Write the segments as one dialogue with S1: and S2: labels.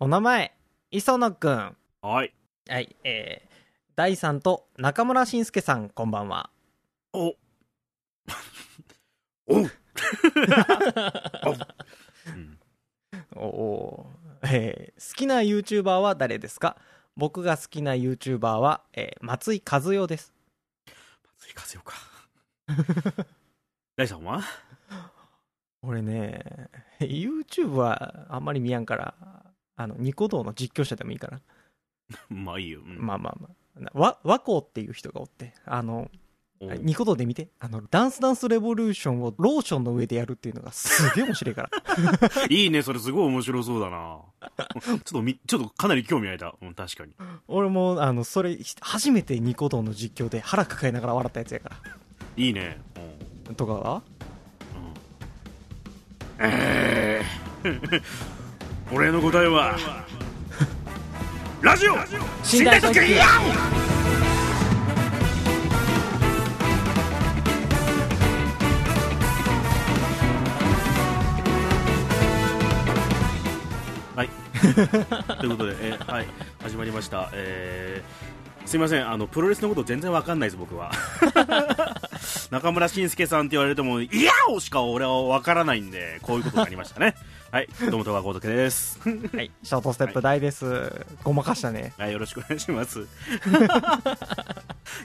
S1: お名前、磯野くん。
S2: はい。
S1: はい、えー、大さんと中村慎介さん、こんばんは。
S2: おおう、うん、
S1: おおー、えー好きな YouTuber は誰ですか僕が好きな YouTuber は、えー松井和代です。
S2: 追加せようか。大さんは
S1: 俺ね、YouTube はあんまり見やんから、あの、ニコ動の実況者でもいいから。
S2: まあいいよ。うん
S1: まあまあまあな。わ、和光っていう人がおって、あの、
S2: おう
S1: ニコ動で見て、あの、ダンスダンスレボリューションをローションの上でやるっていうのがすげえ面白いから。
S2: いいね、それすごい面白そうだな。ちょっとみ、ちょっとかなり興味あいた。うん、確かに。
S1: 俺も、あの、それ、ひ初めてニコ動の実況で腹抱えながら笑ったやつやか
S2: いいね。うん。
S1: ら。とかは
S2: うん、えー、俺の答えは、ラジオ
S1: 寝台特急
S2: 寝台特急はい。 ということで、えーはい、始まりました。えーすいませんあのプロレスのこと全然わかんないです僕は 中村慎介さんって言われても「いやお!」しか俺はわからないんでこういうことになりましたねはいどうも戸川浩介です
S1: はい。ショートステップ大です。ごまかしたね。
S2: はいよろしくお願いします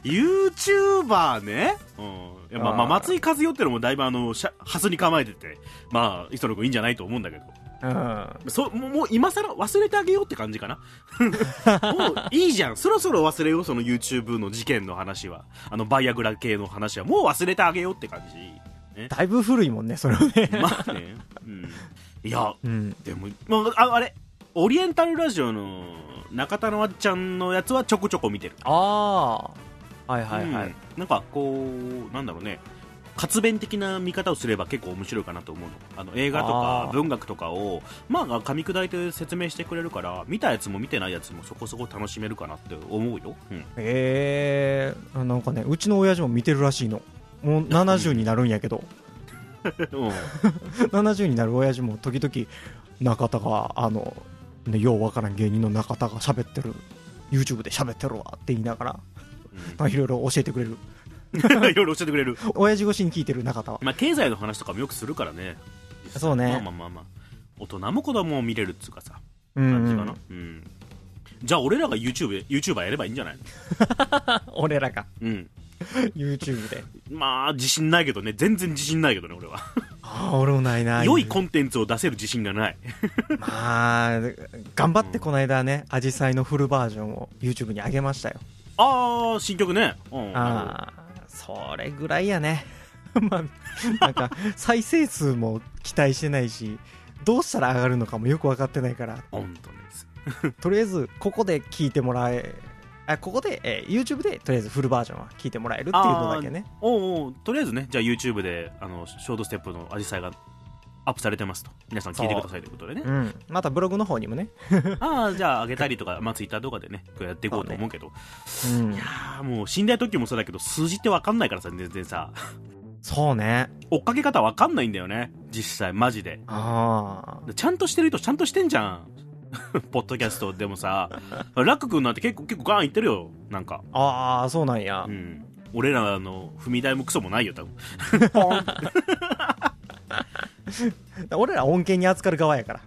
S2: YouTuber ね、うんいやまあまあ、
S1: あー
S2: 松井和代ってのもだいぶあのしゃハスに構えててまあ磯野君いいんじゃないと思うんだけど
S1: うん。
S2: そうもうもう今更忘れてあげようって感じかな もういいじゃんそろそろ忘れようその YouTube の事件の話はあのバイアグラ系の話はもう忘れてあげようって感 じ
S1: だいぶ古いもんね、それはね。
S2: まあね、うん、いや
S1: うん。
S2: でも、まあ、ああれオリエンタルラジオの中田のあっちゃんのやつはちょこちょこ見てる
S1: ああ。はいはいはい。
S2: うんなんかこうなんだろうね活弁的な見方をすれば結構面白いかなと思うのあの映画とか
S1: あー
S2: 文学とかをまあ噛み砕いて説明してくれるから見たやつも見てないやつもそこそこ楽しめるかなって思うよ、うん、
S1: ええー、なんかね、うちの親父も見てるらしいの。もう70になるんやけど、
S2: うん
S1: 70になる親父も時々、中田が、あの、ね、ようわからん芸人の中田が喋ってる、YouTube で喋ってるわって言いながら、まあいろいろ教えてくれる。
S2: いろいろ教えてくれる、
S1: 親父越しに聞いてる中田は。
S2: まあ、経済の話とかもよくするからね
S1: そうね
S2: まあまあまあまあ大人も子供も見れるっつうかさ
S1: う
S2: 感じかな、
S1: ん。
S2: うんじゃあ俺らが YouTube YouTuber やればいいんじゃないの
S1: 俺らが、
S2: うん、
S1: YouTube で。
S2: まあ自信ないけどね全然自信ないけどね俺は
S1: ああ、俺もないな。
S2: 良いコンテンツを出せる自信がない。
S1: まあ、頑張ってこの間ね、アジサイのフルバージョンを YouTube に上げましたよ。
S2: ああ、新曲ね。うん、
S1: ああ、それぐらいやね。 まあ、なんか、再生数も期待してないし、どうしたら上がるのかもよく分かってないから、
S2: 本当です。
S1: とりあえず、ここで聞いてもらえ、あここで、えー YouTube でとりあえずフルバージョンは聞いてもらえるっていうのだけね。
S2: おうおうとりあえずね、じゃあ YouTube で、あの、ショートステップのアジサイがアップされてますと。皆さん聞いてくださいということでね
S1: う。ん。またブログの方にもね。
S2: ああ、じゃあ上げたり とか、まあ Twitter とかでね、こうやっていこうと思うけど。
S1: うん
S2: いや。ーもう、寝台特急もそうだけど、数字ってわかんないからさ、全然さ。
S1: そうね。
S2: 追っかけ方わかんないんだよね。実際、マジで。
S1: あ
S2: ちゃんとしてる人、ちゃんとしてんじゃん。 ポッドキャストで もさ、ラック君なんて結構、結構ガーンいってるよ。なんか。
S1: あ。ああ、そうなんや。
S2: うん、俺らの踏み台もクソもないよ多分ポン
S1: 俺ら恩恵に扱う側や から。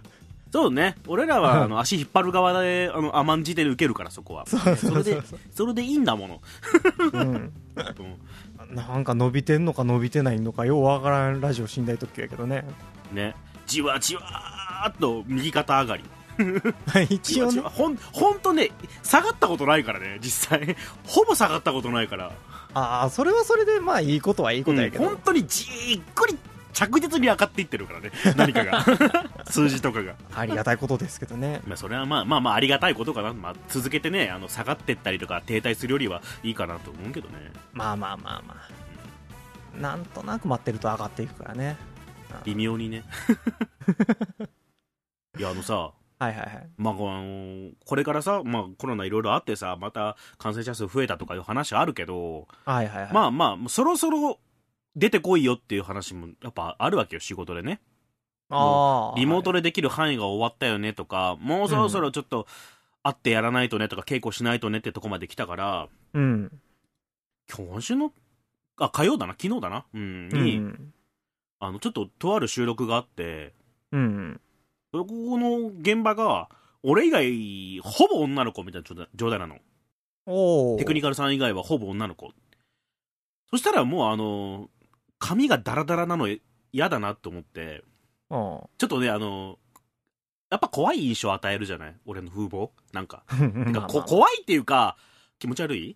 S2: そうね俺らはあの 足引っ張る側であの甘んじて受けるからそこは
S1: そうそうそう
S2: ねれでそれでいいんだもの、
S1: うん。
S2: う
S1: なんか伸びてんのか伸びてないのかようわからんラジオ寝台特急やけどね
S2: んねじわじわーっと右肩上がりじ
S1: 一
S2: わ
S1: 応
S2: じ
S1: ね
S2: わほんほんとね下がったことないからね実際 ほぼ下がったことないから
S1: ああそれはそれでまあいいことはいいことやけど、
S2: 本当にじーっくり着実に上がっていってるから ね何かが数字とかが
S1: ありがたいことですけどね
S2: まあ、それはまあまあまあありがたいことかな、まあ、続けてねあの下がってったりとか停滞するよりはいいかなと思うけどね
S1: まあまあまあまあなんとなく待ってると上がっていくからね
S2: 微妙にね いやあのさ
S1: はいはいはい
S2: まあ、あのこれからさ、まあ、コロナいろいろあってさまた感染者数増えたとかいう話あるけど、
S1: はいはいはい
S2: まあまあそろそろ出てこいよっていう話もやっぱあるわけよ仕事でね
S1: ああ
S2: リモートでできる範囲が終わったよねとか、もうそろそろちょっと会ってやらないとねとか、稽古しないとねってとこまで来たから、
S1: うん
S2: 今週の、あ、火曜だな、昨日だな、うん、
S1: う
S2: に、
S1: ん
S2: あの、ちょっととある収録があって、
S1: うん
S2: そこの現場が、俺以外、ほぼ女の子みたいな状態状態なの。
S1: おお
S2: テクニカルさん以外はほぼ女の子。そしたらもうあの、髪がダラダラなの嫌だなと思って、
S1: あ
S2: ちょっとね、あの、やっぱ怖い印象を与えるじゃない俺の風貌な んか。
S1: あ
S2: なんか
S1: まあま
S2: こ
S1: あ
S2: 怖いっていうか、気持ち 悪い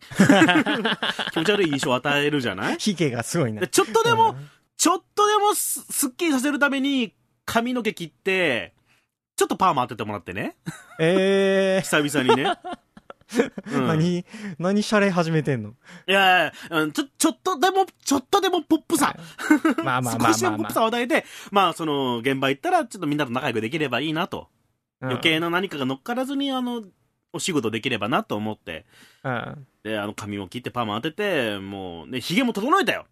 S2: 気持ち悪い印象を与えるじゃない
S1: ヒゲがすごいな
S2: でちょっとでも、
S1: うん
S2: ちょっとでもすすっきりさせるために髪の毛切って、ちょっとパーマ当ててもらってね。
S1: え
S2: 久 々にね。う
S1: え
S2: ん
S1: 何何シャレ始めてんの
S2: いやいやうんちょ、ちょっとでも、ちょっとでもポップさ、
S1: まあまあまあ
S2: 少しで
S1: まあ
S2: もポッ
S1: ま
S2: プさを与えて、まあ、その、現場行ったら、ちょっとみんなと仲良くできればいいなと。
S1: あ
S2: 余計な何かが乗っからずに、あの、お仕事できればなと思って。
S1: うんうん
S2: で、あの、髪も切ってパーマ当てて、もう、ね、髭も整えたよ。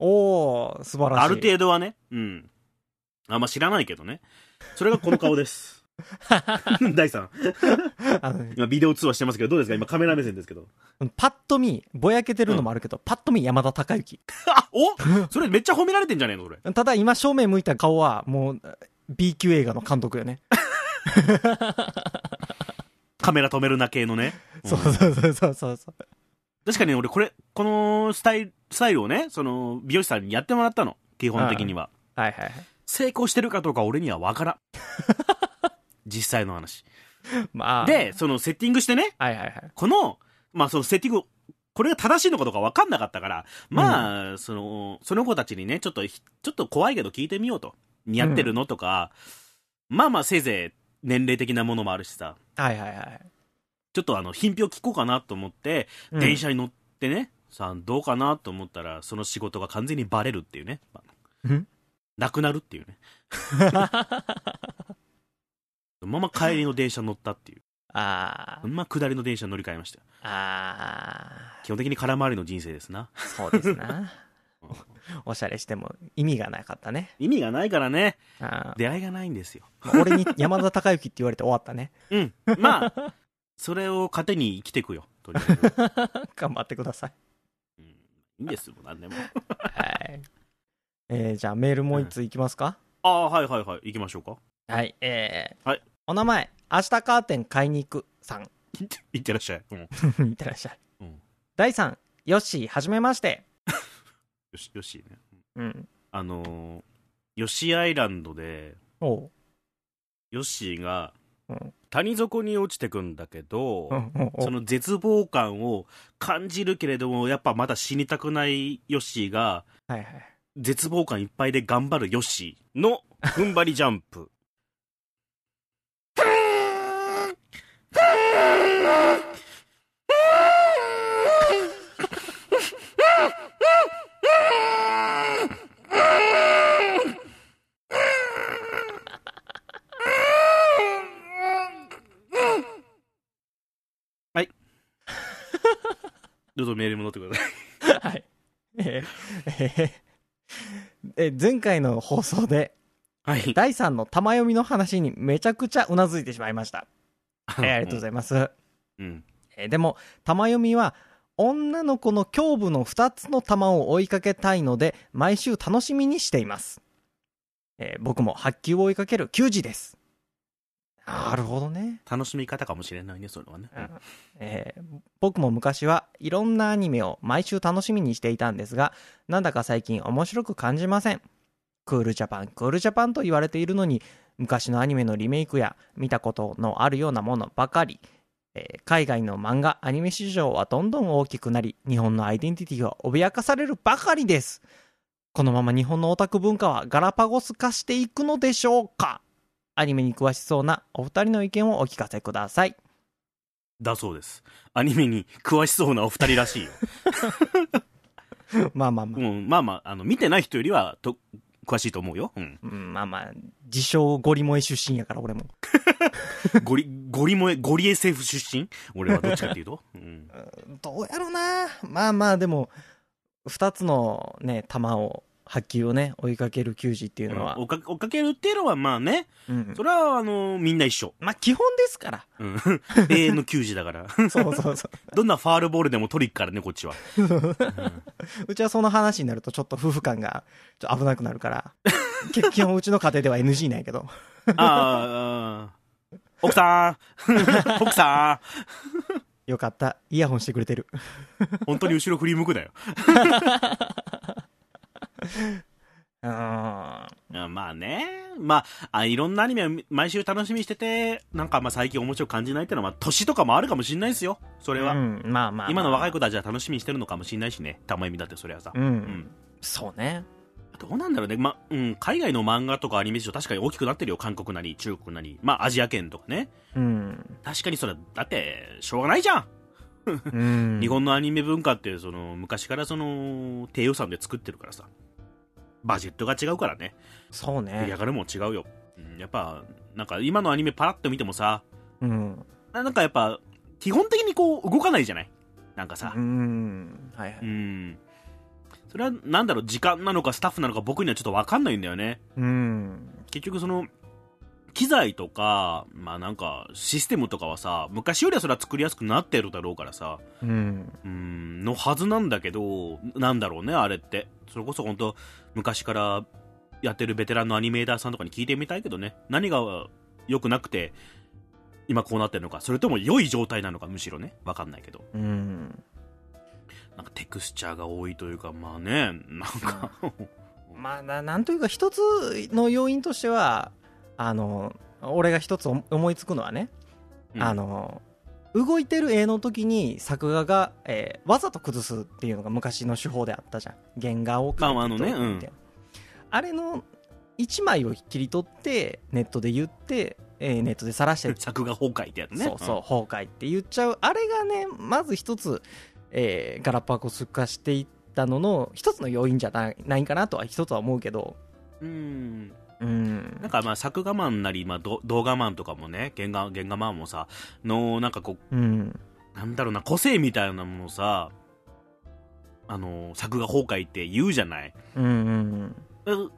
S1: おお素晴らしい
S2: ある程度はね。うん。あんま知らないけどね。それがこの顔です。 第3。
S1: あのね
S2: 今、ビデオ通話してますけど、どうですか今、カメラ目線です けど。
S1: パッと見ぼやけてるのもあるけど、パッと見山田孝之
S2: あ、お それめっちゃ褒められてんじゃねえのそれ。
S1: ただ今正面向いた顔はもう B 級映画の監督よね、
S2: カメラ止めるな系のね。うん
S1: そうそうそうそうそうそう
S2: 確かに俺これ、このスタイル、スタイルをね、その、美容師さんにやってもらったの。基本的には。
S1: はいはい
S2: 成功してるかどうか俺にはわか らん。実際の話。
S1: はいまあ
S2: で、そのセッティングしてね、
S1: はいはいはい
S2: この、まあそのセッティング、これが正しいのかどうかわかんなかったから、まあ、その、その子たちにね、ちょっとひ、ちょっと怖いけど聞いてみようと。似合ってるのとか、まあまあせいぜい年齢的なものもあるしさ、
S1: はいはいはい
S2: ちょっとあの、品評聞こうかなと思って、
S1: うん
S2: 電車に乗ってね、さんどうかなと思ったら、その仕事が完全にバレるっていうね。まあ
S1: ん
S2: なくなるっていう ね。そのまま帰りの電車乗ったっていう。
S1: あ
S2: そのまま下りの電車乗り換えましたよ。
S1: ああ
S2: 基本的に空回りの人生ですな。
S1: あそうです な
S2: うん
S1: おしゃれしても意味がなかったね
S2: 意味がないからね、
S1: あ
S2: 出会いがないんですよ。
S1: ー俺に山田孝之って言われて終わったね
S2: うん。ま あ、それを糧に生きてくよ。とりあえず。
S1: 頑張ってください
S2: うんいいんですよ、何でも。
S1: はいえー、じゃあメールもう一通いきますか、
S2: ああ、はいはいはい。行きましょうか。
S1: はいえー
S2: はい
S1: お名前明日カーテン買いに行くさん
S2: 行ってらっしゃい。うん。よ
S1: いってらっしゃい、
S2: うん
S1: 第3ヨッシーはじめまして
S2: し、よしね。
S1: うん
S2: あのー、ヨシアイランドで、
S1: おう
S2: ヨッシーが
S1: うん
S2: 谷底に落ちてくんだけど、
S1: うんうんうん
S2: その絶望感を感じるけれども、やっぱまだ死にたくないヨッシーが、
S1: はいはい
S2: 絶望感いっぱいで頑張るヨッシーの踏ん張りジャンプ。 はい。どうぞメールに戻ってくださ
S1: は
S2: い。
S1: い。えーえー前回の放送で
S2: はい。
S1: 第3の玉読みの話にめちゃくちゃうなずいてしまいました。えーありがとうございます。
S2: うん。
S1: えーでも玉読みは女の子の胸部の2つの玉を追いかけたいので毎週楽しみにしています。えー僕も発球を追いかける球児です。なるほどね。
S2: 楽しみ方かもしれないね、それはね。うん
S1: えー僕も昔はいろんなアニメを毎週楽しみにしていたんですがなんだか最近面白く感じませんクールジャパンクールジャパンと言われているのに昔のアニメのリメイクや見たことのあるようなものばかり、えー海外の漫画アニメ市場はどんどん大きくなり日本のアイデンティティは脅かされるばかりですこのまま日本のオタク文化はガラパゴス化していくのでしょうかアニメに詳しそうなお二人の意見をお聞かせください
S2: だそうです。アニメに詳しそうなお二人らし いよ。
S1: まあまあまあ
S2: うん、まあまあ、あの、見てない人よりは、と、詳しいと思うよ。うん。
S1: うん、まあまあ、自称ゴリ萌え出身やから、俺も。
S2: ゴリ、ゴリ萌え、ゴリ SF 出身俺はどっちかっていうと。 うん。
S1: どうやろなまあまあ、でも、二つのね、玉を波及をね、追いかける球児っていうのは。
S2: 追っか追っかけるっていうのはまあね、
S1: うん
S2: そ。れはあのみんな一緒、
S1: まあ、基本ですから。
S2: うん、 永遠の球児だから
S1: そうそうそ
S2: どんなファールボールでも取りっからねこっちは
S1: う。うちはその話になるとちょっと夫婦間がちょっと危なくなるから。 結基本うちの家庭では NG なんやけど。
S2: あーあー奥さん 奥さ
S1: よかった。イヤホンしてくれてる。
S2: ん本当に後ろ振り向くなよ
S1: うーん。
S2: うんまあねまああいろんなアニメを毎週楽しみにしててなんかまあ最近面白く感じないってのは、まあ、年とかもあるかもしれないですよそれは、
S1: うん、まあまあまあ。
S2: 今の若い
S1: 子。
S2: 子たちは楽しみにしてるのかもしれないしねたま意味だってそれはさ、
S1: うん。
S2: うん
S1: そうね。
S2: どうなんだろうね、まうん、海外の漫画とかアニメ市場確かに大きくなってるよ韓国なり中国なりまあアジア圏とかね
S1: うん。
S2: 確かにそれはだってしょうがないじゃん
S1: うん。
S2: 日本のアニメ文化ってその昔からその低予算で作ってるからさバジェットが違うからね
S1: そう
S2: 出来
S1: ね
S2: 上。がるもん違うよ、うんやっぱなんか今のアニメパラッと見てもさ
S1: うん。
S2: ななんかやっぱ基本的にこう動かないじゃないなんかさ
S1: うん。はいは
S2: う
S1: い。
S2: んそれはなんだろう時間なのかスタッフなのか僕にはちょっと分かんないんだよね
S1: うん。
S2: 結局その機材とかまあなんかシステムとかはさ昔よりはそれは作りやすくなってるだろうからさ
S1: うん。
S2: うんのはずなんだけどなんだろうねあれってそれこそ本当昔からやってるベテランのアニメーターさんとかに聞いてみたいけどね何が良くなくて今こうなってるのかそれとも良い状態なのかむしろねわかんないけど
S1: うん。
S2: なんかテクスチャーが多いというかまあねなんか
S1: まあ、ななんというか一つの要因としてはあの俺が一つ思思いつくのはね、
S2: うん
S1: あの動いてる絵の時に作画が、えーわざと崩すっていうのが昔の手法であったじゃん原画を
S2: まあまああのね
S1: 切り取ってあれの1枚を切り取ってネットで言って、えーネットで晒して
S2: 作画崩壊ってやつね
S1: そうそう、崩壊って言っちゃう。あれがね、まず一つ、えーガラパゴス化していったのの、一つの要因じゃないないかなとは一つは思うけど、
S2: うんうん
S1: うん
S2: なん。かまあ作画マンなり、まあ、ど動画マンとかもね原画原画マンもさのなんかこう
S1: うん。
S2: なんだろうな、個性みたいなものをさ、あの、作画崩壊って言うじゃない。
S1: うんうん。
S2: う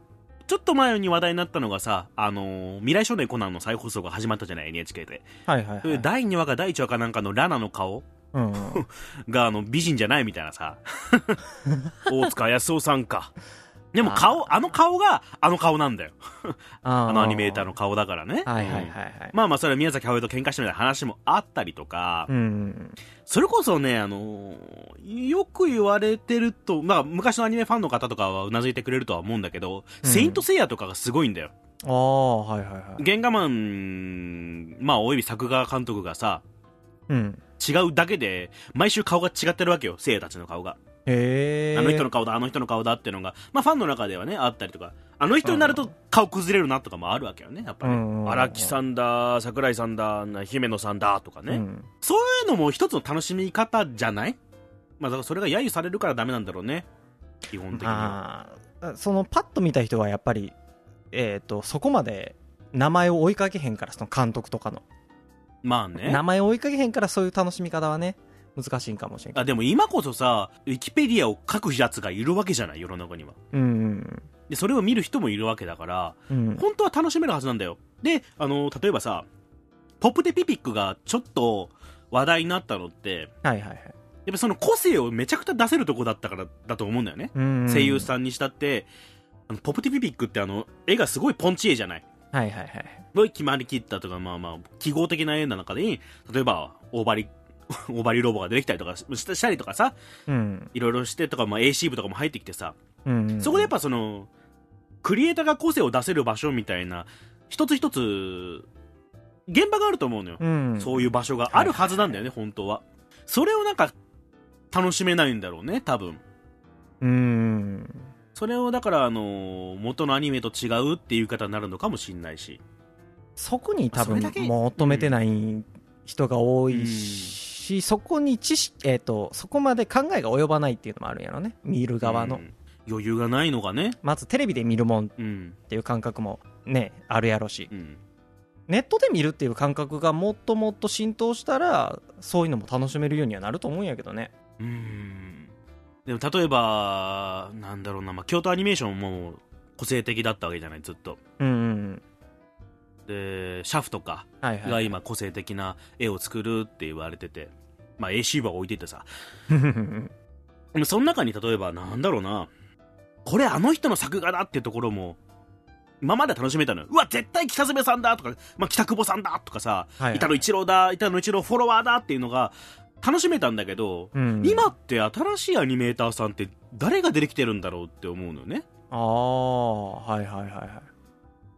S2: ちょっと前に話題になったのがさ、あの、未来少年コナンの再放送が始まったじゃない、NHK で。
S1: はいはい、はい。
S2: 第2話か第1話かなんかのラナの顔
S1: うんうん。
S2: が、あの、美人じゃないみたい なさ。大塚康夫さんか。でも顔、あの顔が、あの顔なんだよ。
S1: あ
S2: あ
S1: ー
S2: のアニメーターの。顔だからね。
S1: はいはいはい
S2: うん
S1: はい。
S2: まあまあ、それは宮崎駿と喧嘩してみたいな話もあったりとか、
S1: うん。
S2: それこそね、あのーよく言われてると、まあ、昔のアニメファンの方とかはうなずいてくれるとは思うんだけど、
S1: うん
S2: セイントセイヤとかがすごいんだよ。
S1: ああ、はいはいはい。
S2: 原画マン、まあ、および作画監督がさ、
S1: うん。
S2: 違うだけで、毎週顔が違ってるわけよ、セイヤたちの顔が。
S1: へえ。
S2: あの人の顔だ、あの人の顔だってのが、まあ、ファンの中ではね、あったりとか、あの人になると顔崩れるなとかもあるわけよね、やっぱり、
S1: うんうんうんうん
S2: ね。荒木さんだ、桜井さんだ、姫野さんだとかね。
S1: うん。
S2: そういうのも一つの楽しみ方じゃないまあ、だからそれが揶揄されるからダメなんだろうね。基本的には。
S1: まあ、そのパッと見た人はやっぱり、えっ、と、そこまで名前を追いかけへんから、その監督とかの。
S2: まあね
S1: 名。前を追いかけへんからそういう楽しみ方はね難しいんかもしれんけ
S2: あ
S1: ど
S2: でも今こそさ、ウィキペディアを書くやつがいるわけじゃない、世の中には。
S1: うん
S2: で、それを見る人もいるわけだから、
S1: うんうん
S2: 本当は楽しめるはずなんだよ。で、あの、例えばさ、ポップテピピックがちょっと話題になったのって、
S1: はいはいはい
S2: やっぱその個性をめちゃくちゃ出せるとこだったからだと思うんだよね。
S1: うんうん
S2: 声優さんにしたって、あのポップテピピックってあの、絵がすごいポンチ絵じゃない。
S1: はいはいはい
S2: の決まりきったとか、まあまあ、記号的な絵の中に、例えば、大張り、 大張りロボが出てきたりとかししたしたりとかさ、
S1: うん
S2: いろいろしてとか、まあ AC 部とかも入ってきてさ、
S1: うんうん
S2: そこでやっぱその、クリエイターが個性を出せる場所みたいな、一つ一つ、現場があると思うのよ。
S1: うん
S2: そういう場所があるはずなんだよね、本当は。それをなんか、楽しめないんだろうね、多分。
S1: うん
S2: それをだから、あの、元のアニメと違うっていう言い方になるのかもしんないし。
S1: そこに多
S2: それ
S1: 分
S2: だけ
S1: 求めてない人が多いし、そこに知識、えっとそこまで考えが及ばないっていうのもあるんやろね見る側の、
S2: うん余裕がないのがね。
S1: まずテレビで見るもんっ
S2: うん。
S1: ていう感覚もねあるやろし
S2: うん。
S1: ネットで見るっていう感覚がもっともっと浸透したらそういうのも楽しめるようにはなると思うんやけどね
S2: うーんでも例えばなんだろうな、まあ、京都アニメーションも個性的だったわけじゃないずっと
S1: うんうんうん
S2: でシャフとか
S1: はいは
S2: が
S1: い
S2: 今個性的な絵を作るって言われてて、まあ、A シーバー置いてってさでもその中に例えばなんだろうなこれあの人の作画だっていうところも今まで楽しめたのようわ絶対北爪さんだとか、まあ、北久保さんだとかさ、
S1: はい
S2: 板野一郎だ板野一郎フォロワーだっていうのが楽しめたんだけど、
S1: うん
S2: 今って新しいアニメーターさんって誰が出てきてるんだろうって思うのよね
S1: ああはいはいはいはい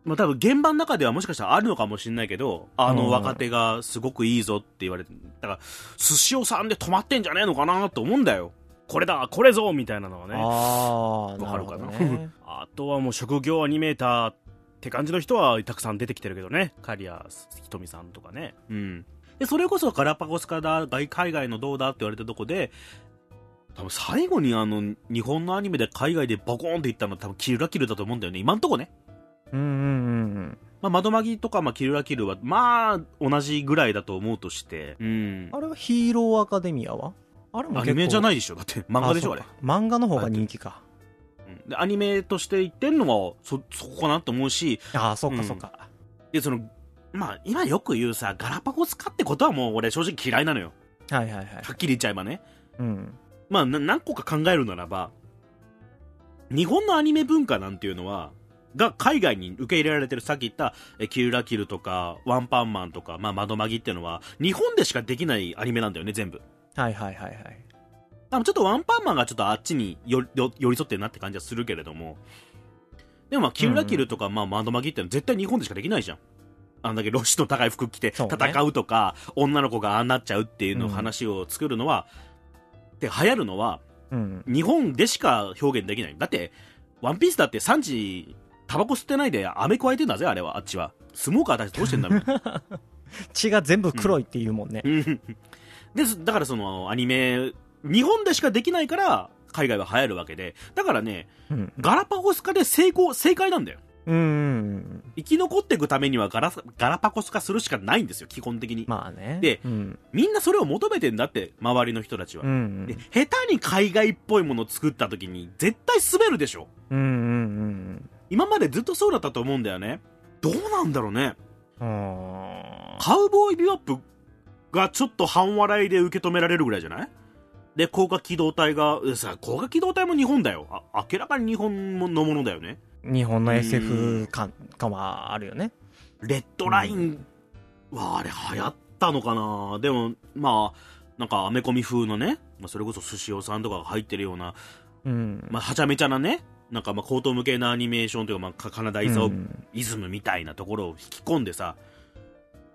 S2: まあ多分現場の中ではもしかしたらあるのかもしれないけど、あ
S1: うん
S2: の若手がすごくいいぞって言われて、だから、寿司屋さんで止まってんじゃねえのかなと思うんだよ。これだ、これぞみたいなのはね。
S1: ああ
S2: わ
S1: な
S2: か
S1: る
S2: る
S1: ほ
S2: か
S1: ど
S2: な。
S1: ね
S2: あとはもう職業アニメーターって感じの人はたくさん出てきてるけどね。カリア、ひとみさんとかね。うん。で、それこそガラパゴス化だ、外海外のどうだって言われたとこで、多分最後にあの、日本のアニメで海外でボコーンっていったのは多分キルラキルだと思うんだよね。今んとこね。
S1: うんうんうんうん
S2: まあ、窓マギとか、まあ、キルラキルは、まあ、同じぐらいだと思うとして、うん。
S1: あれはヒーローアカデミアはあれも
S2: ア
S1: 結構
S2: ニメじゃないいでしょだって、漫画でしょあれ。
S1: 漫画の方が人気か
S2: うんで、アニメとして言ってんのは、そ、そこかなと思うし、
S1: ああそっ
S2: う
S1: か
S2: ん
S1: そっか
S2: で、その、まあ、今よく言うさ、ガラパゴス化ってことはもう俺正直嫌いなのよ。
S1: はいはいはい
S2: はっきり言っちゃえばね。
S1: うん
S2: まあ、な何個か考えるならば、日本のアニメ文化なんていうのは、が海外に受け入れられてる、さっき言った、えキルラキルとか、ワンパンマンとか、まあ、窓マギっていうのは、日本でしかできないアニメなんだよね、全部。
S1: はいはいはいはい
S2: あのちょっとワンパンマンがちょっとあっちによよ寄り添ってるなって感じはするけれども、でもまあ、キルラキルとか、まあ、マドマギってのは絶対日本でしかできないじゃん。あんだけ露出の高い服着て
S1: そうね
S2: 戦うとか、女の子がああなっちゃうっていうの
S1: うん
S2: 話を作るのは、で、流行るのは、
S1: うん
S2: 日本でしか表現できない。だって、ワンピースだって3時、タバコ吸ってないで飴加えてんだぜ、あれは、あっちは。スモーカーたちどうしてんだろう。
S1: 血が全部黒いっていうもんね
S2: うん ですだからそのアニメ日本でしかできないから海外は流行るわけでだからね
S1: うん
S2: ガラパゴス化で成功正解なんだよ
S1: うんうんうん
S2: 生き残っていくためにはガラスガラパゴス化するしかないんですよ基本的に、
S1: まあね
S2: で
S1: うん
S2: みんなそれを求めてんだって周りの人たちは、
S1: うん
S2: で下手に海外っぽいものを作った時に絶対滑るでしょ
S1: うんうんうん
S2: 今までずっとそうだったと思うんだよねどうなんだろうね
S1: うんうん
S2: カウボーイビバップがちょっと半笑いで受け止められるぐらいじゃないで、高架機動隊が、えさ、高架機動隊も日本だよ。あ、明らかに日本のものだよね。
S1: 日本の
S2: うん
S1: SF 感感はあるよね
S2: レッドラインは、あれ流行ったのかなでも、まあ、なんかアメコミ風のね、まあ、それこそ寿司屋さんとかが入ってるような、
S1: うん
S2: まあ、はちゃめちゃなね、なんかまあ、高等無形なアニメーションというか、まあ、か金田勲
S1: うん
S2: イズムみたいなところを引き込んでさ、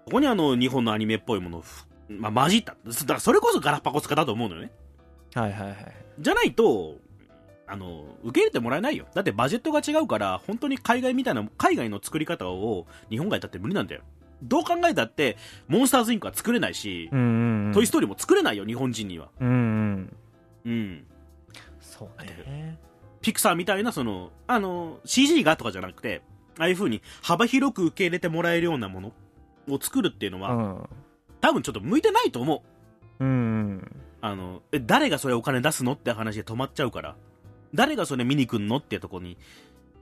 S2: ここにあの日本のアニメっぽいものをふ、まあ、混じった。だからそれこそガラパゴス化だと思うのよね。
S1: はいはいはい
S2: じゃないと、あの、受け入れてもらえないよ。だってバジェットが違うから、本当に海外みたいな、海外の作り方を日本がやったって無理なんだよ。どう考えたって、モンスターズインクは作れないし、
S1: うんうんうん
S2: トイストーリーも作れないよ、日本人には。
S1: うんうん
S2: うん。
S1: そうね
S2: ピクサーみたいな、その、あの、CG がとかじゃなくて、ああいう風に幅広く受け入れてもらえるようなものを作るっていうの
S1: う
S2: は、
S1: ん
S2: 多分ちょっと向いてないと思う。
S1: うんうん
S2: あの、え誰がそれお金出すのって話で止まっちゃうから。誰がそれ見に来んのってとこに、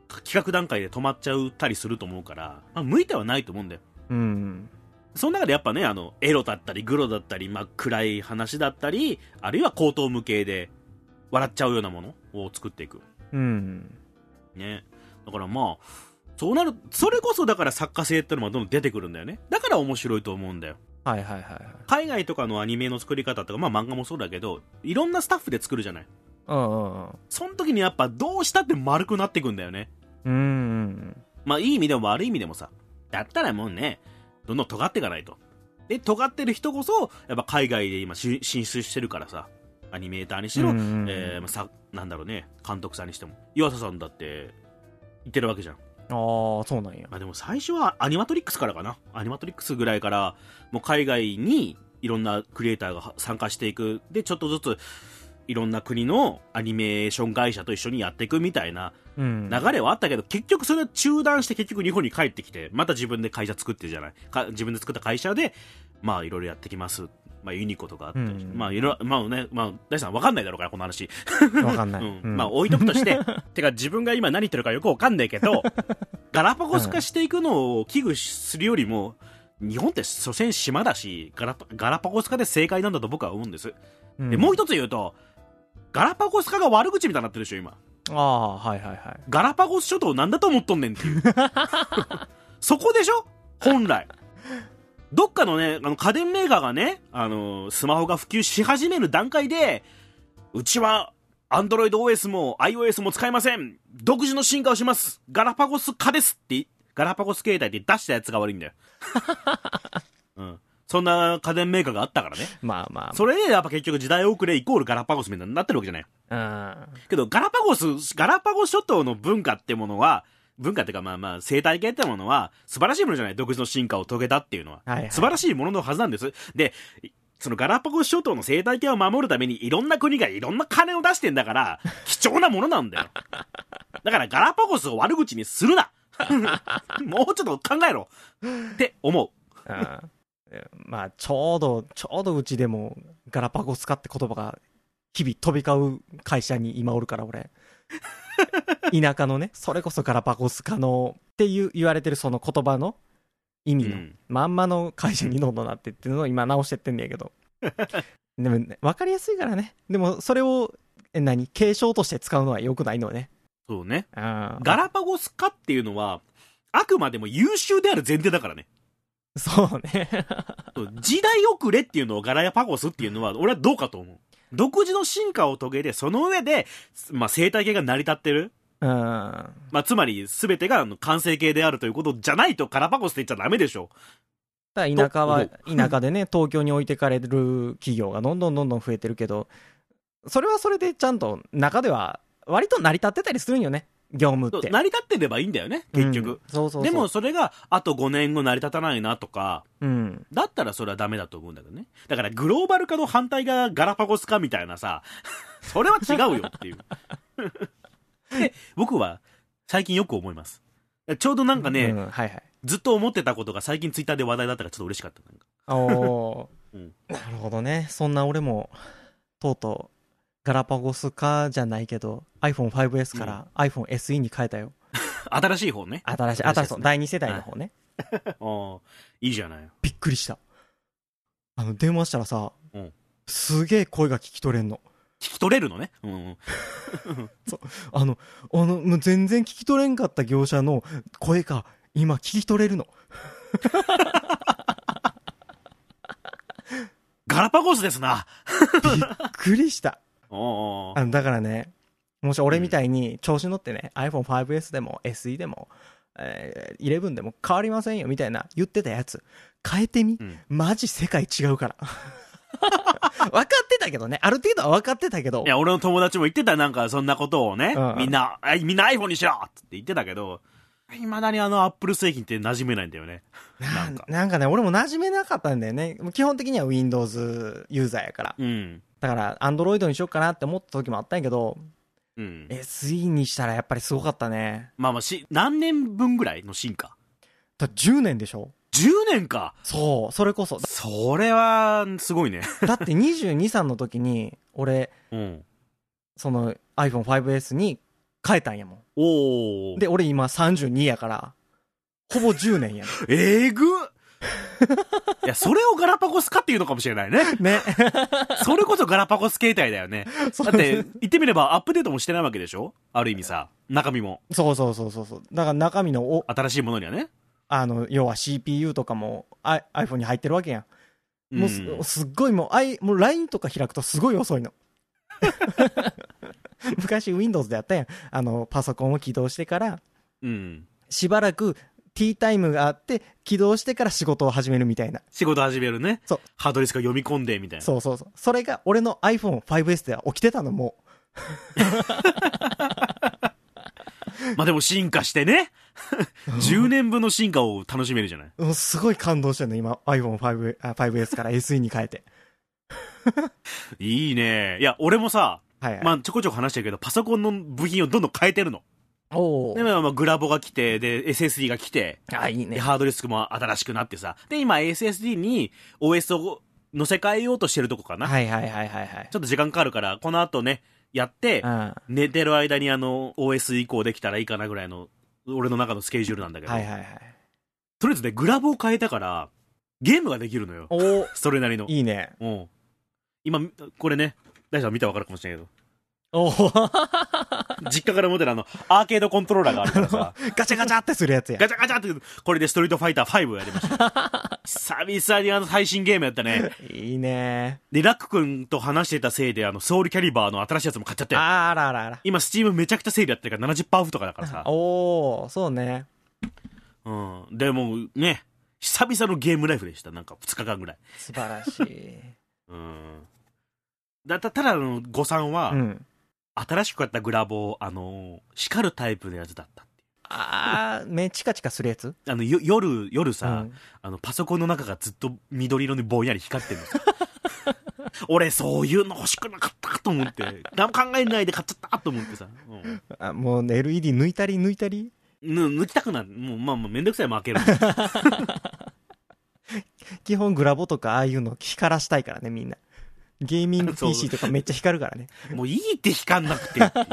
S2: か企画段階で止まっちゃったりすると思うから、まあ、向いてはないと思うんだよ。
S1: うん
S2: その中でやっぱね、あの、エロだったり、グロだったり、まあ、暗い話だったり、あるいは口頭無形で、笑っちゃうようなものを作っていく。
S1: うん
S2: ね。だからまあ、そうなる、それこそだから作家性ってのもどんどん出てくるんだよね。だから面白いと思うんだよ。
S1: はいはいはいはい
S2: 海外とかのアニメの作り方とか、まあ漫画もそうだけど、いろんなスタッフで作るじゃない。
S1: うんうん
S2: その時にやっぱどうしたって丸くなってくんだよね。
S1: うんうん
S2: まあいい意味でも悪い意味でもさ。だったらもうね、どんどん尖っていかないと。で、尖ってる人こそ、やっぱ海外で今し進出してるからさ。アニメーターにしろ、
S1: うんうんうん
S2: えーまあさ、なんだろうね、監督さんにしても。岩佐さんだって、言ってるわけじゃん。
S1: ああそうなんや
S2: まあでも最初はアニマトリックスからかな。アニマトリックスぐらいから、もう海外にいろんなクリエイターが参加していく。で、ちょっとずつ、いろんな国のアニメーション会社と一緒にやっていくみたいな
S1: うん
S2: 流れはあったけど、結局それは中断して結局日本に帰ってきて、また自分で会社作ってるじゃない。か自分で作った会社で、まあいろいろやってきます。まあ、ユニコとかあったりして、
S1: うん
S2: まあ、いろいろ、まあね、まあ、大地さんわかんないだろうから、この話。
S1: わかんない。
S2: う
S1: うん
S2: んまあ、置いとくとして、 てか自分が今何言ってるかよくわかんないけ ど、ガラパゴス化していくのを危惧するよりも、日本って所詮島だし、ガラパガラパゴス化で正解なんだと僕は思うんです。
S1: うん
S2: で、もう一つ言うと、ガラパゴス化が悪口みたいになってるでしょ、今。
S1: ああー、はいはいはい。
S2: ガラパゴス諸島なんだと思っとんねんっていう。そこでしょ本来。どっかのね、あの家電メーカーがね、あのスマホが普及し始める段階で、うちは、アンドロイド OS も iOS も使えません。独自の進化をします。ガラパゴス化ですって、ガラパゴス携帯で出したやつが悪いんだよ。うん。そんな家電メーカーがあったからね。
S1: まあま
S2: それでやっぱ結局時代遅れイコールガラパゴスみたいになってるわけじゃない。
S1: あ。
S2: けど、ガラパゴス、ガラパゴス諸島の文化ってものは、文化っていうかまあまあ生態系ってものは素晴らしいものじゃない独自の進化を遂げたっていうのは、
S1: はいはい
S2: 素晴らしいもののはずなんですでそのガラパゴス諸島の生態系を守るためにいろんな国がいろんな金を出してんだから 貴重なものなんだよだからガラパゴスを悪口にするな もうちょっと考えろって思う
S1: うん。うんまあ、ちょうど、ちょうどうちでも、ガラパゴス化って言葉が、日々飛び交う会社に今おるから、俺。 田舎のね、それこそガラパゴス化の、っていう、言われてるその言葉の意味の
S2: うん
S1: まんまの会社にどんどんなってっていうのを今直してってんねやけ どでも、ね、分かりやすいからねでもそれをえ何継承として使うのは良くないのはね
S2: そうね
S1: ガ
S2: ガラパゴス化っていうのはあくまでも優秀である前提だからね
S1: そうね
S2: そう時代遅れっていうのをガラヤパゴスっていうのは俺はどうかと思う独自の進化を遂げてその上で、まあ、生態系が成り立ってる、
S1: うん
S2: まあ、つまり全てがあの完成形であるということじゃないとガラパゴスって言っちゃダメでしょ
S1: ただ田舎は
S2: と
S1: 田舎で ね東京に置いてかれる企業がどんどんどんどん増えてるけどそれはそれでちゃんと中では割と成り立ってたりするんよね業務って
S2: 成り立ってればいいんだよね結
S1: うん
S2: 局、
S1: そうそうそう
S2: でも、それがあと5年後成り立たないなとか
S1: うん、
S2: だったらそれはダメだと思うんだけどねだからグローバル化の反対がガラパゴス化みたいなさ それは違うよっ ていうで僕は最近よく思いますちょうどなんかね、
S1: うんはいはい
S2: ずっと思ってたことが最近ツイッターで話題だったからちょっと嬉しかった。なんか
S1: おー
S2: うん
S1: なるほどねそんな俺もとうとうガラパゴス化じゃないけど iPhone5S から iPhoneSE に変えたよ
S2: 新しい方ね。
S1: 新しい
S2: 新
S1: 新し
S2: しいです
S1: い
S2: ね
S1: 第2世代の方ね、
S2: ああ、いいじゃない。
S1: びっくりしたあの電話したらさ、
S2: うん
S1: すげえ声が聞き取れんの
S2: 聞き取れるのね。うんうん。
S1: あのあのもう全然聞き取れんかった業者の声が今聞き取れ るの
S2: ガラパゴスですな。
S1: びっくりした
S2: おうおう
S1: あのだからね、もし俺みたいに調子乗ってね、iPhone5S でも SE でも、えー11でも変わりませんよみたいな言ってたやつ、変えてみ、
S2: うん
S1: マジ世界違うから。 分かってたけどね、ある程度は分かってたけど
S2: い、や、俺の友達も言ってた、なんか、そんなことをね
S1: うんう。ん
S2: みんな、あみんな iPhone にしろって言ってたけど、いまだにあの Apple 製品って馴染めないんだよね。
S1: な
S2: なん
S1: ん
S2: か。
S1: なんかね、俺も馴染めなかったんだよね。基本的には Windows ユーザーやから。
S2: うん。
S1: だから、Android にしようかなって思った時もあったんやけど、
S2: うん。
S1: SE にしたらやっぱりすごかったね。
S2: まあまあし、何年分ぐらいの進化
S1: だって10年でしょ
S2: ?10 年か。
S1: そう、それこそ。だ
S2: それは、すごいね。
S1: だって22、3の時に、俺、
S2: うん。
S1: その iPhone5S に変えたんやも
S2: おお
S1: ん。。で、俺今32やから、ほぼ10年や
S2: えぐいや、それをガラパゴス化っていうのかもしれないね。
S1: ね。ね。
S2: それこそガラパゴス携帯だよね。
S1: そう
S2: だって、言ってみればアップデートもしてないわけでしょある意味さ、中身も。
S1: そうそうそうそうそう。だから中身のお、
S2: 新しいものにはね。
S1: あの、要は CPU とかも I- iPhone に入ってるわけやん。もうす,、
S2: うん
S1: っごいもう、I、もう LINE とか開くとすごい遅い の。昔 Windows でやったやん。あの、パソコンを起動してから、
S2: うん。
S1: しばらくティータイムがあって、起動してから仕事を始めるみたいな。
S2: 仕事始めるね。
S1: そう
S2: ハードディスクを読み込んで、みたいな。
S1: そうそうそう。それが俺の iPhone5S では起きてたの、もう。
S2: まあでも進化してね。10年分の進化を楽しめるじゃない。
S1: うんすごい感動してるの、今、iPhone5、あ 5S から SE に変え て。
S2: いいね。いや、俺もさ、
S1: はい、はい。
S2: まあちょこちょこ話してるけど、パソコンの部品をどんどん変えてるの。
S1: お
S2: で、
S1: ー
S2: まあまあグラボが来て、で、SSD が来て、
S1: あ、いい
S2: で、
S1: ね。
S2: ハードディスクも新しくなってさ。で、今 SSD に OS を乗せ替えようとしてるとこかな。
S1: はいはいはいはいはい
S2: ちょっと時間かかるから、この後ね、やって、
S1: うん
S2: 寝てる間にあの、OS 移行できたらいいかなぐらいの、俺の中のスケジュールなんだけど、
S1: はいはいはい
S2: とりあえずね、グラブを変えたから、ゲームができるのよ。
S1: おー
S2: それなりの。
S1: いいね
S2: うん。今、これね、大ちゃん見たらわかるかもしれないけ
S1: おー
S2: ど、実家から持ってるあの、アーケードコントローラーがあるか らさ、
S1: ガチャガチャってするやつや
S2: ガチャガチャって、これでストリートファイター5をやりました。 久々にあの最新ゲームやったね。
S1: いいね
S2: で、ラック君と話してたせいで、あの、ソウルキャリバーの新しいやつも買っちゃって、
S1: ああらあらあら
S2: 今、スチームめちゃくちゃセールやってるから70%オフとかだか らさ。
S1: おおそうね
S2: うん。でも、ね、久々のゲームライフでした。なんか、2日間ぐらい。
S1: 素晴らしい
S2: うん。だた ただ、あの、誤算は、
S1: うん
S2: 新しく買ったグラボを、あの、光るタイプのやつだったってい
S1: ああ目チカチカするやつ
S2: うあの、よ夜、夜さ、
S1: うん
S2: あの、パソコンの中がずっと緑色にぼんやり 光ってるのさ。俺、そういうの欲しくなかったと思って、何も考えないで買っちゃったと思ってさ。うん
S1: あもう LED 抜いたり抜いたり
S2: ぬ抜きたくなる。もう、まあ、まあ、めんどくさい負ける。
S1: 基本グラボとかああいうの光らしたいからねみんなゲーミ ング PC とかめっちゃ光るからね
S2: もういいって光んなくてっていう。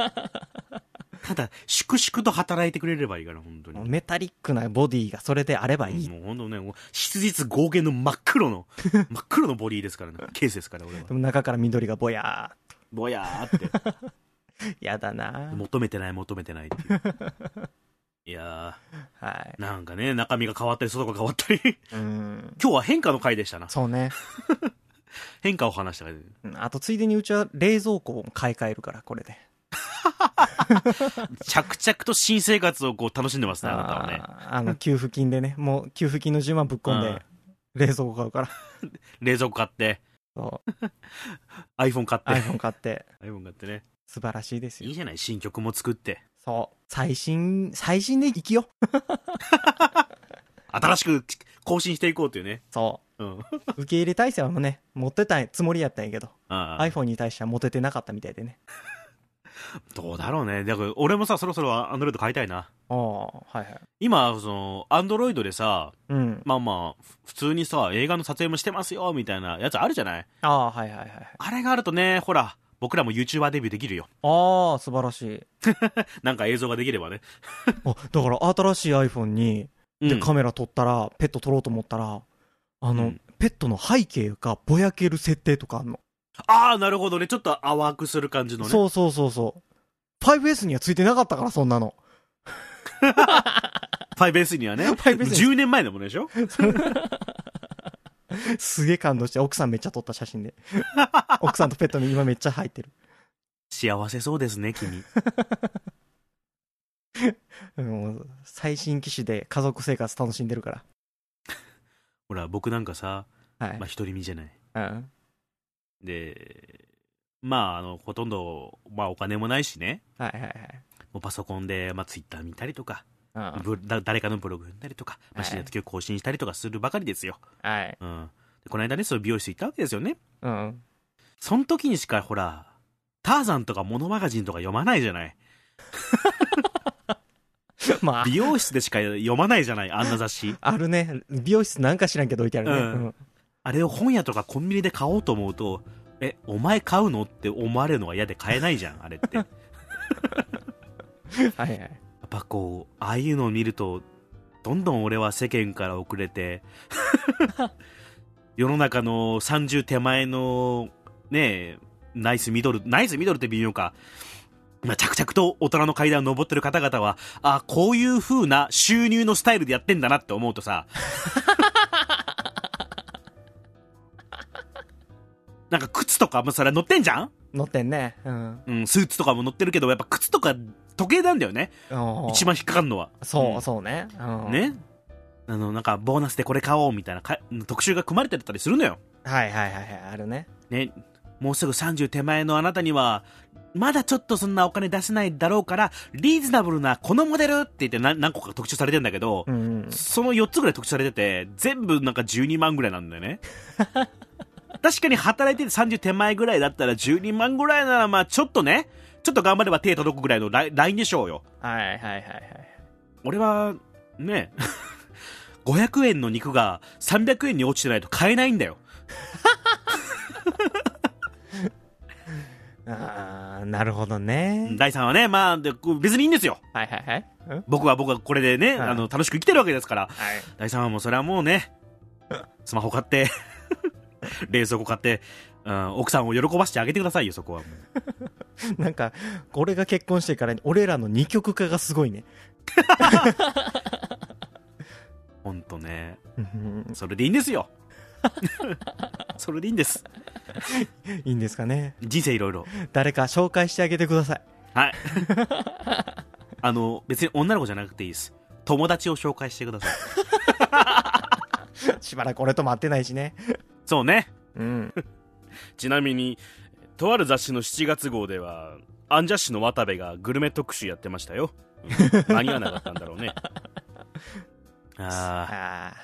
S2: ただ、粛々と働いてくれればいいから、本当に。
S1: メタリックなボディがそれであればいい、
S2: もう本当ね、もう質実合計の真っ 黒の、真っ黒のボディですからね。ケースですから、俺は
S1: で。も中から緑がぼや
S2: ぼやーって。
S1: ーやだな
S2: 求めてない、求めてないっていう。いや
S1: はい
S2: ー、なんかね、中身が変わったり、外が変わったり。
S1: うん
S2: 今日は変化の回でしたな。
S1: そうね
S2: 変化を話した回で。
S1: うんあとついでにうちは冷蔵庫を買い替えるからこれで
S2: 着々と新生活をこう楽しんでますね、あなたはね。
S1: あーあの給付金で ねもう給付金の10万ぶっ込んで冷蔵庫買うから
S2: 冷蔵庫買って、
S1: そう
S2: iPhone 買って。
S1: iPhone 買って
S2: iPhone 買ってね。
S1: 素晴らしいです
S2: いい
S1: よ
S2: じゃない、新曲も作って。
S1: そう最新最新で生きよう
S2: 新しく更新していこうというね。
S1: そ
S2: うん。
S1: う受け入れ体制はもうね持ってたつもりやったんやけど
S2: ああ
S1: iPhone に対してはモテてなかったみたいでね
S2: どうだろうね。だから俺もさ、そろそろ Android 買いたいな。
S1: ああはいはい
S2: 今、その、Android でさ、
S1: うん
S2: まあまあ、普通にさ、映画の撮影もしてますよ、みたいなやつあるじゃない
S1: ああはいはいはいはい
S2: あれがあるとね、ほら、僕らも YouTuber デビューできるよ。
S1: ああ素晴らしい
S2: なんか映像ができればね。
S1: あだから新しい iPhone に
S2: う
S1: で
S2: ん
S1: カメラ撮ったらペット撮ろうと思ったらあの、
S2: うん
S1: ペットの背景がぼやける設定とかあんの
S2: ああ、なるほどね。ちょっと淡くする感じのね。
S1: そうそうそうそう。5S にはついてなかったから、そんな の。
S2: 5S にはね。
S1: 5S
S2: 10年前のものでしょ
S1: すげえ感動して、奥さんめっちゃ撮った写真で。奥さんとペットに今めっちゃ入ってる。
S2: 幸せそうですね、君。
S1: うん、最新機種で家族生活楽しんでるから。
S2: ほら、僕なんかさ、
S1: はい
S2: まあ、。独り身じゃない。
S1: うん。
S2: で、まあ、あの、ほとんど、まあ、お金もないしね。
S1: はいはい
S2: もうパソコンで、まあ、ツイッター見たりとか、
S1: はい。うん。
S2: ブだ誰かのブログ見たりとか、ま
S1: は
S2: あ、
S1: い
S2: 知り合った曲更新したりとかするばかりですよ。
S1: はい。
S2: うん。で、この間ね、その美容室行ったわけですよね。
S1: うん。
S2: その時にしか、ほら、ターザンとかモノマガジンとか読まないじゃない。
S1: まあ、
S2: 美容室でしか読まないじゃない、あんな 雑誌。
S1: あるね。美容室なんか知らんけど置いてあるね。う
S2: うんん。あれを本屋とかコンビニで買おうと思うと、え、お前買うのって思われるのが嫌で買えないじゃん、あれって。や
S1: はいはい。
S2: っぱこう、ああいうのを見ると、どんどん俺は世間から遅れて、 世の中の30手前の、ねえ、ナイスミドル、ナイスミドルって微妙か。まあ、着々と大人の階段を登ってる方々は、あこういう風な収入のスタイルでやってんだなって思うとさ、 なんか靴とかもそれ乗ってんじゃん
S1: 乗ってんね。うん。
S2: うん、スーツとかも乗ってるけど、やっぱ靴とか時計なんだよね。
S1: おー
S2: 一番引っかかるのは。
S1: そうう、
S2: ん
S1: そうね。うん。
S2: ねあの、なんか、ボーナスでこれ買おうみたいなか特集が組まれてたりするのよ。
S1: はいはいはいはい。あるね。
S2: ね。もうすぐ30手前のあなたには、まだちょっとそんなお金出せないだろうから、リーズナブルなこのモデルって言って何何個か特集されてんだけど、
S1: うんうん。
S2: その4つぐらい特集されてて、全部なんか12万ぐらいなんだ よね。確かに働いてて30手前ぐらいだったら12万ぐらいならまあちょっとね、ちょっと頑張れば手届くぐらいのラインラインでしょうよ。
S1: はいはいはいはい。
S2: 俺は、ね、500円の肉が300円に落ちてないと買えないんだよ。
S1: あーなるほどね。
S2: 第3話ね、まあ、でこう別にいいんですよ。
S1: はいはいはい。うん
S2: 僕は僕はこれでね、
S1: はい
S2: あの、楽しく生きてるわけですから。
S1: はい。
S2: 第3話もそれはも うね、スマホ買って、 冷蔵庫買って、うん、奥さんを喜ばしてあげてくださいよ、そこはもう。
S1: なんか、俺が結婚してからに俺らの二極化がすごいね。
S2: ほんとね。
S1: うん
S2: それでいいんで すよ。それでいいんです。
S1: いいんですかね。
S2: 人生いろいろ。
S1: 誰か紹介してあげてください。
S2: はい。あの、別に女の子じゃなくていいです。友達を紹介してください。
S1: しばらく俺とも会ってないしね。
S2: そうね。
S1: うん。
S2: ちなみにとある雑誌の7月号ではアンジャッシュの渡部がグルメ特集やってましたよ、うん 間に合わなかったんだろ うね あー
S1: あ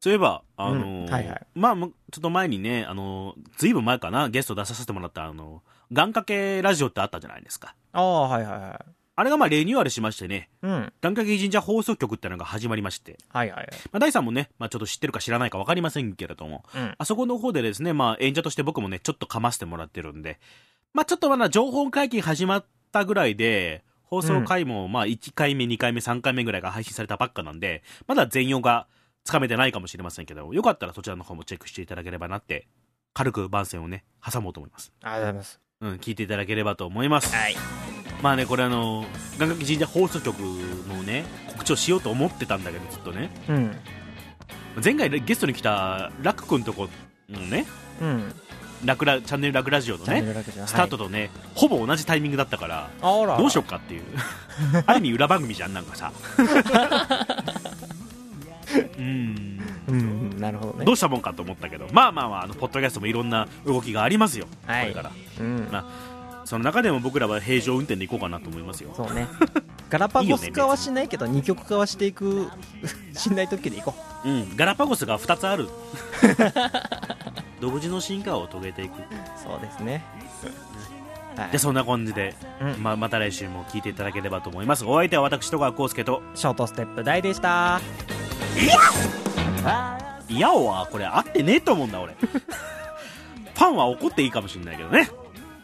S2: そういえばあのー
S1: うんはいはい
S2: まあもうちょっと前にねあのーずいぶん前かなゲスト出させてもらったあの願掛けラジオってあったじゃないですか
S1: あ。ああ、はいはいは
S2: あれがまあレニューアルしましてね
S1: い。うん。
S2: 願掛け神社放送局ってのが始まりまして、
S1: はいはいはい。
S2: まあ、大さんもね、まあ、ちょっと知ってるか知らないか分かりませんけれども
S1: うん。
S2: あそこの方でですね、まあ演者として僕もね、ちょっとかませてもらってるんで、まあちょっとまだ情報解禁始まったぐらいで、放送回もまあ1回目、2回目、3回目ぐらいが配信されたばっかなんで、まだ全容がつかめてないかもしれませんけど、よかったらそちらの方もチェックしていただければなって、軽く番宣をね、挟もうと思います。
S1: ありがとうございます。
S2: うん、聞いていただければと思います。
S1: はい。
S2: まあね、これあの、願掛け神社放送局のね、告知をしようと思ってたんだけど、ずっとね。
S1: うん。
S2: 前回ゲストに来たラク君とこのね、
S1: うん。
S2: ラクラチャンネルラクラジオの
S1: チャンネ
S2: ね
S1: ルだけじゃ
S2: スタートとね、ほぼ同じタイミングだったから
S1: はいあら。
S2: どうしよっか っていうある意味裏番組じゃんなんかさうん
S1: う。うん。なるほどね
S2: ど。うしたもんかと思ったけどまあまあまああのポッドキャストもいろんな動きがありますよ、
S1: はい
S2: これから
S1: うん。
S2: その中でも僕らは平常運転でいこうかなと思いますよ
S1: そう ね。ガラパ
S2: いいよ
S1: ゴ
S2: ね
S1: ス化はしないけど、二極化はしていく、 信頼特許でいこ
S2: うんガラパゴスが2つある独自の進化を遂げていく
S1: う。そうですね。は
S2: で
S1: い。
S2: そんな感じで、
S1: うん
S2: まあまた来週も聞いていただければと思いますお相手は私戸川浩介と
S1: ショートステップ大でした。
S2: いやおはこれ合ってねえと思うんだ俺ファンは怒っていいかもしれないけどね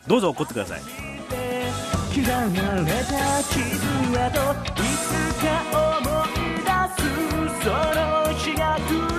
S2: どうぞ怒ってください
S3: 刻まれた傷跡いつか思い出すその日が来る